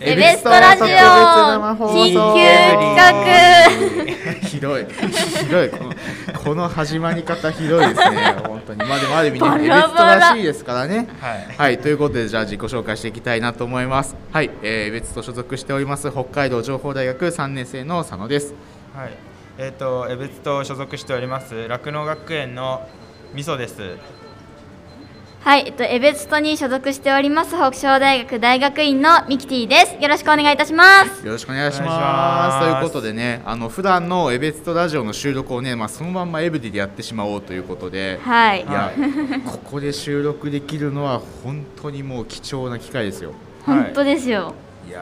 エベストラジオ緊急企画ひどいひどいこのこの始まり方ひどいです ね本当にまあでもある意味ねバエベラバラストらしいですからねはいはいということでじゃあ自己紹介していきたいなと思いますはい、えー、エベスト所属しております北海道情報大学3年生の佐野ですはい。えっ、と江別と所属しております酪農学園のみそです。はい、えっと、エベストに所属しております北昇大学大学院のミキティです。よろしくお願いいたします。よろしくお願いしおます願いしますということでねあの普段のエベストラジオの収録をね、まあ、そのまんまエブディでやってしまおうということで、はいい、、やここで収録できるのは本当にもう貴重な機会ですよ本当ですよ。いや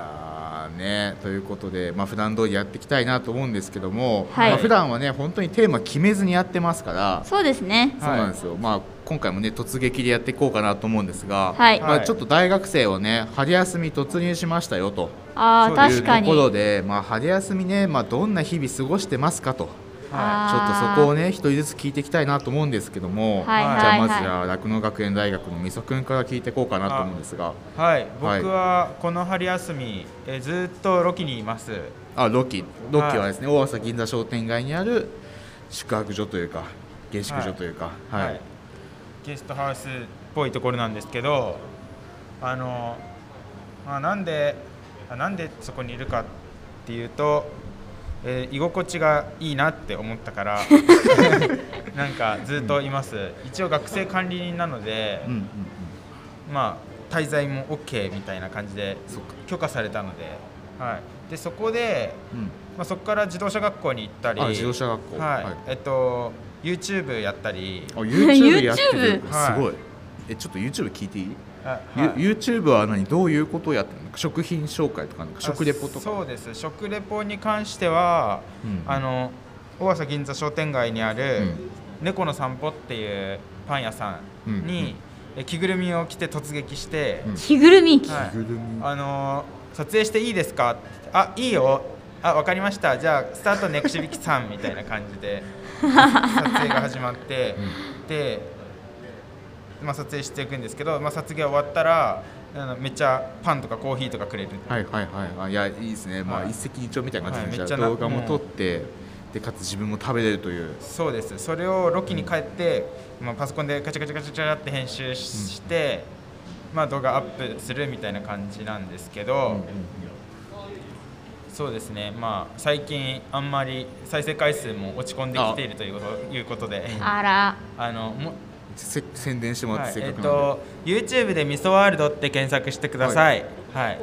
ーねということで、まあ普段通りやっていきたいなと思うんですけども、はいまあ普段はね本当にテーマ決めずにやってますから、そうですね。そうなんですよ、まあ、今回もね突撃でやっていこうかなと思うんですが、はいまあ、ちょっと大学生をね春休み突入しましたよとああ、そうい確うかとに。ころで、まあ、春休みね、まあ、どんな日々過ごしてますかと。ちょっとそこをね。ね一人ずつ聞いていきたいなと思うんですけども、はいはいじゃあまずはいじゃあ酪農学園大学のみそくんから聞いていこうかなと思うんですがはい。僕はこの春休み、えーずーっとロキにいます。あロッキーロッキーはですね、大浅銀座商店街にある宿泊所というか下宿所というかはい、はいゲストハウスっぽいところなんですけど、あのまあなんであなんでそこにいるかっていうと。えー居心地がいいなって思ったから なんかずっといます、一応学生管理人なので、うんうんうん、まあ、滞在も OK みたいな感じでそっか許可されたので,、はい、でそこで、うん、まあ、そこから自動車学校に行ったりあ自動車学校はい はいえっと、YouTube やったりあ YouTube やって YouTube るすごはいいえちょっと YouTube 聞いていい、あゆはい YouTube は何どういうことをやってるの食品紹介とかなんかあ食レポとかそうです食レポに関しては、うんあの大浅銀座商店街にある、うん猫の散歩っていうパン屋さんうんうんに、え着ぐるみを着て突撃して、うん着ぐるみ。はい着ぐるみあのー撮影していいですかってあいいよあわかりましたじゃあスタートネクシビキさんみたいな感じで撮影が始まって、で、まあ、撮影していくんですけど、まあ、撮影終わったらあのめっちゃパンとかコーヒーとかくれるはいはいはいあいやいいですね、まあはい一石二鳥みたいな感じで、はいじゃあめっちゃな動画も撮って、でかつ自分も食べれるというそうですそれをロキに帰って、まあ、パソコンでカチャカチャカチャカチャって編集しして、まあ、動画アップするみたいな感じなんですけど、そうですね、まあ、最近あんまり再生回数も落ち込んできているというこということで、あら。 あのもせ宣伝してもらはっていせっえかっくなんで、と YouTube でミソワールドって検索してください。はい、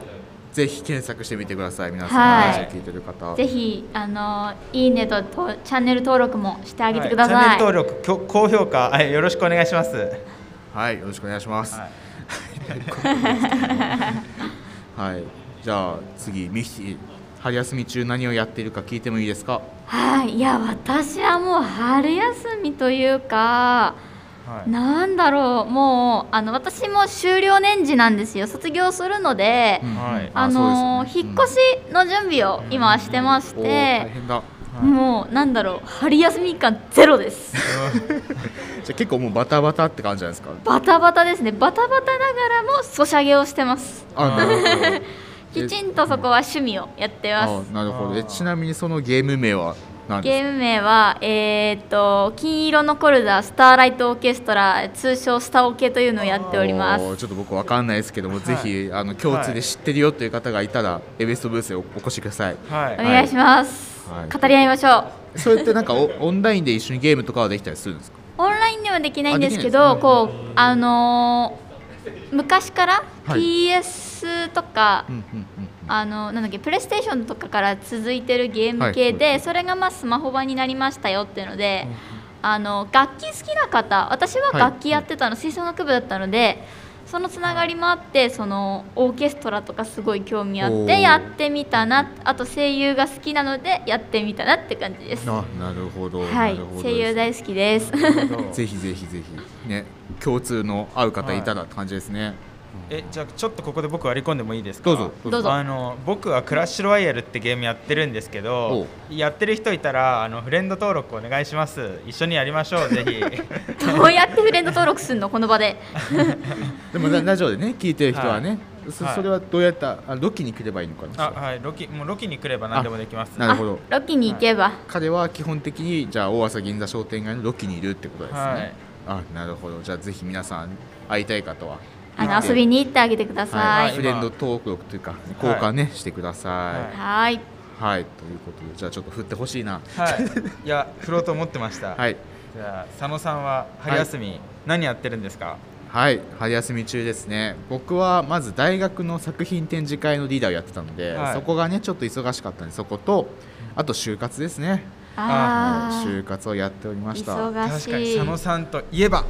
ぜひ検索してみてください皆さん、はい話を聞いてる方ぜひ、あの、いいねとと、チャンネル登録もしてあげてくだはいさい。チャンネル登録きょ、高評価、はいよろしくお願いします。はいよろしくお願いしますは はいい、じゃあ次ミキティ春休み中何をやっているか聞いてもいいですかはい、いや、私はもう春休みというか。はいなんだろうもうあの私も終了年次なんですよ卒業するので、うんはいあのあそうですよね引っ越しの準備を今してましおー大て、変だうんもうなんだろう春休み感ゼロで すじゃあ結構もうバタバタって感じじゃないですかバタバタですねバタバタながらもソシャゲをしてますあなるほどきちんとそこは趣味をやってまあすなるほどあえーちなみにそのゲーム名は何ゲですーム名は、えーっと金色のコルダースターライトオーケストラ通称スタオケというのをやってかおりまおーすちょっと僕わかんないですけども、いぜひあの共通で知ってるよという方がいたら、エベストブースへおお越しくださいおはい、願いします、はい語り合いましょうそれってなんかおオンラインで一緒にゲームとかはできたりするんですかオンラインではできないんですけあどできこうあのー昔からはい PS とか、うんうんうんあのなんだっけプレイステーションとかから続いてるゲーム系で、はいそれがまあスマホ版になりましたよっていうので、あの楽器好きな方私は楽器やってたの、吹奏楽部だったのでそのつながりもあってそのオーケストラとかすごい興味あおっーてやってみたなあと声優が好きなのでやってみたなって感じです。はあなるほど、いなるほ、ど声優大好きです。ぜひぜひぜひね共通の合う方いたらって感じですね、えじゃあちょっとここで僕割り込んでもいいですかどうぞどうぞあの僕はクラッシュロワイヤルってゲームやってるんですけどやってる人いたらあのフレンド登録お願いします一緒にやりましょう ぜひどうやってフレンド登録するのこの場ででもララジオでね聞いてる人はね、そはいそれはどうやったあロキに来ればいいのかなあそれははいロキもうロキに来れば何でもできますなるほどあロキに行けば、彼は基本的にじゃあ大浅銀座商店街のロキにいるってことですね、はいあなるほどじゃあぜひ皆さん会いたい方はあの行って遊びに行ってあげてくだはさい、い。フレンド登録というか交換ね、してくださはいいはい。はい、ということでじゃあちょっと振ってほしいなはいいや振ろうと思ってましたはいじゃあ佐野さんは春休み、何やってるんですかはい春休み中ですね僕はまず大学の作品展示会のリーダーをやってたので、はいそこがねちょっと忙しかったんでそことあと就活ですねあはい就あ、活をやっておりました忙確かにしい佐。野さんといえば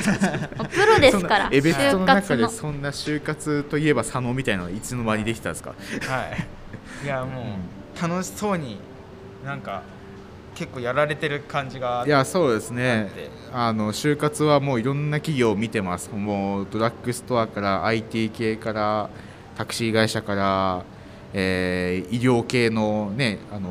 プロですから。エベットの就活中での。そんな就活といえば佐野みたいなのいつの間にできたんですか はい、いやもう楽しそうになんか結構やられてる感じがいやそうですねなんてあの就活はもういろんな企業を見てますもうドラッグストアから IT 系からタクシー会社から、えー医療系の,、ね、あの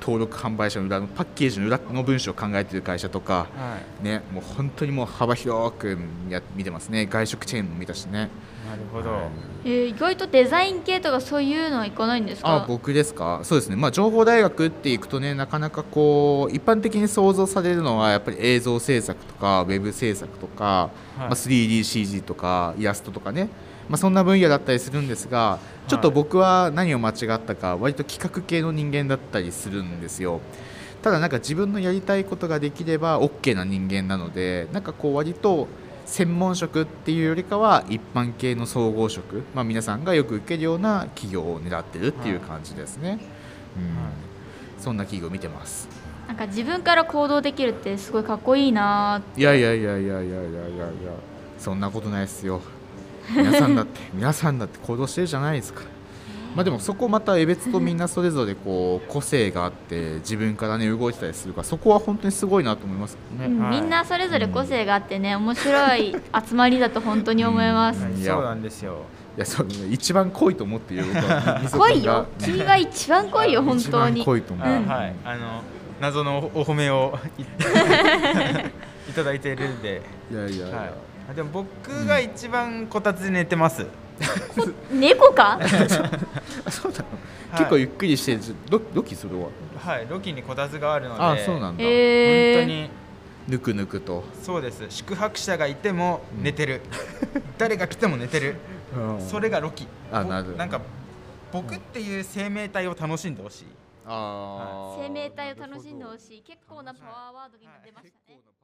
登録販売者の裏のパッケージの裏の文章を考えてる会社とか、はいね、もう本当にもう幅広くや見てますね外食チェーンも見たしねなるほど、はいえー、意外とデザイン系とかそういうのは行かないんですあか。僕ですかそうですね、まあ、情報大学っていくとねなかなかこう一般的に想像されるのはやっぱり映像制作とかウェブ制作とか、はいまあ、3DCG とかイラストとかね、まあ、そんな分野だったりするんですがちょっと僕は何を間違ったか割と企画系の人間だったりするんですよ。ただなんか自分のやりたいことができれば OK な人間なのでなんかこう割と専門職っていうよりかは一般系の総合職、まあ、皆さんがよく受けるような企業を狙ってるっていう感じですね、うんはそんな企業見てますなんか自分から行動できるってすごいかっこいいなー。いやいやいやいやいやいやいやいやそんなことないですよ皆さんだって 皆さんだって行動してるじゃないですかまあでもそこまた江別とみんなそれぞれこう個性があって自分からね動いてたりするからそこは本当にすごいなと思いますけどね、うんはいみんなそれぞれ個性があってね、面白い集まりだと本当に思います。うんいやそうなんですよいやそう一番濃いと思ってるよ。僕はみそ濃君いがよ。君が一番濃いよ、本当一番に。濃いと思う。んあはいあの謎のおお褒めを いただいているんで、いやいやいはいや。、あでも僕が一番こたつで寝てます、猫 か。あそうなの。はい結構ゆっくりしてるどどきそれは。はいロキにこたつがあるのであそうなんだ。ぬえ本当ーにくぬくと。そうです宿泊者がいても寝て る、誰が来ても寝てるそれがロキあぼなるほどんか僕っていう生命体を楽しんでほしい、あー生命体を楽しんでほしい。結構なパワーワードが今出ましたね。結構な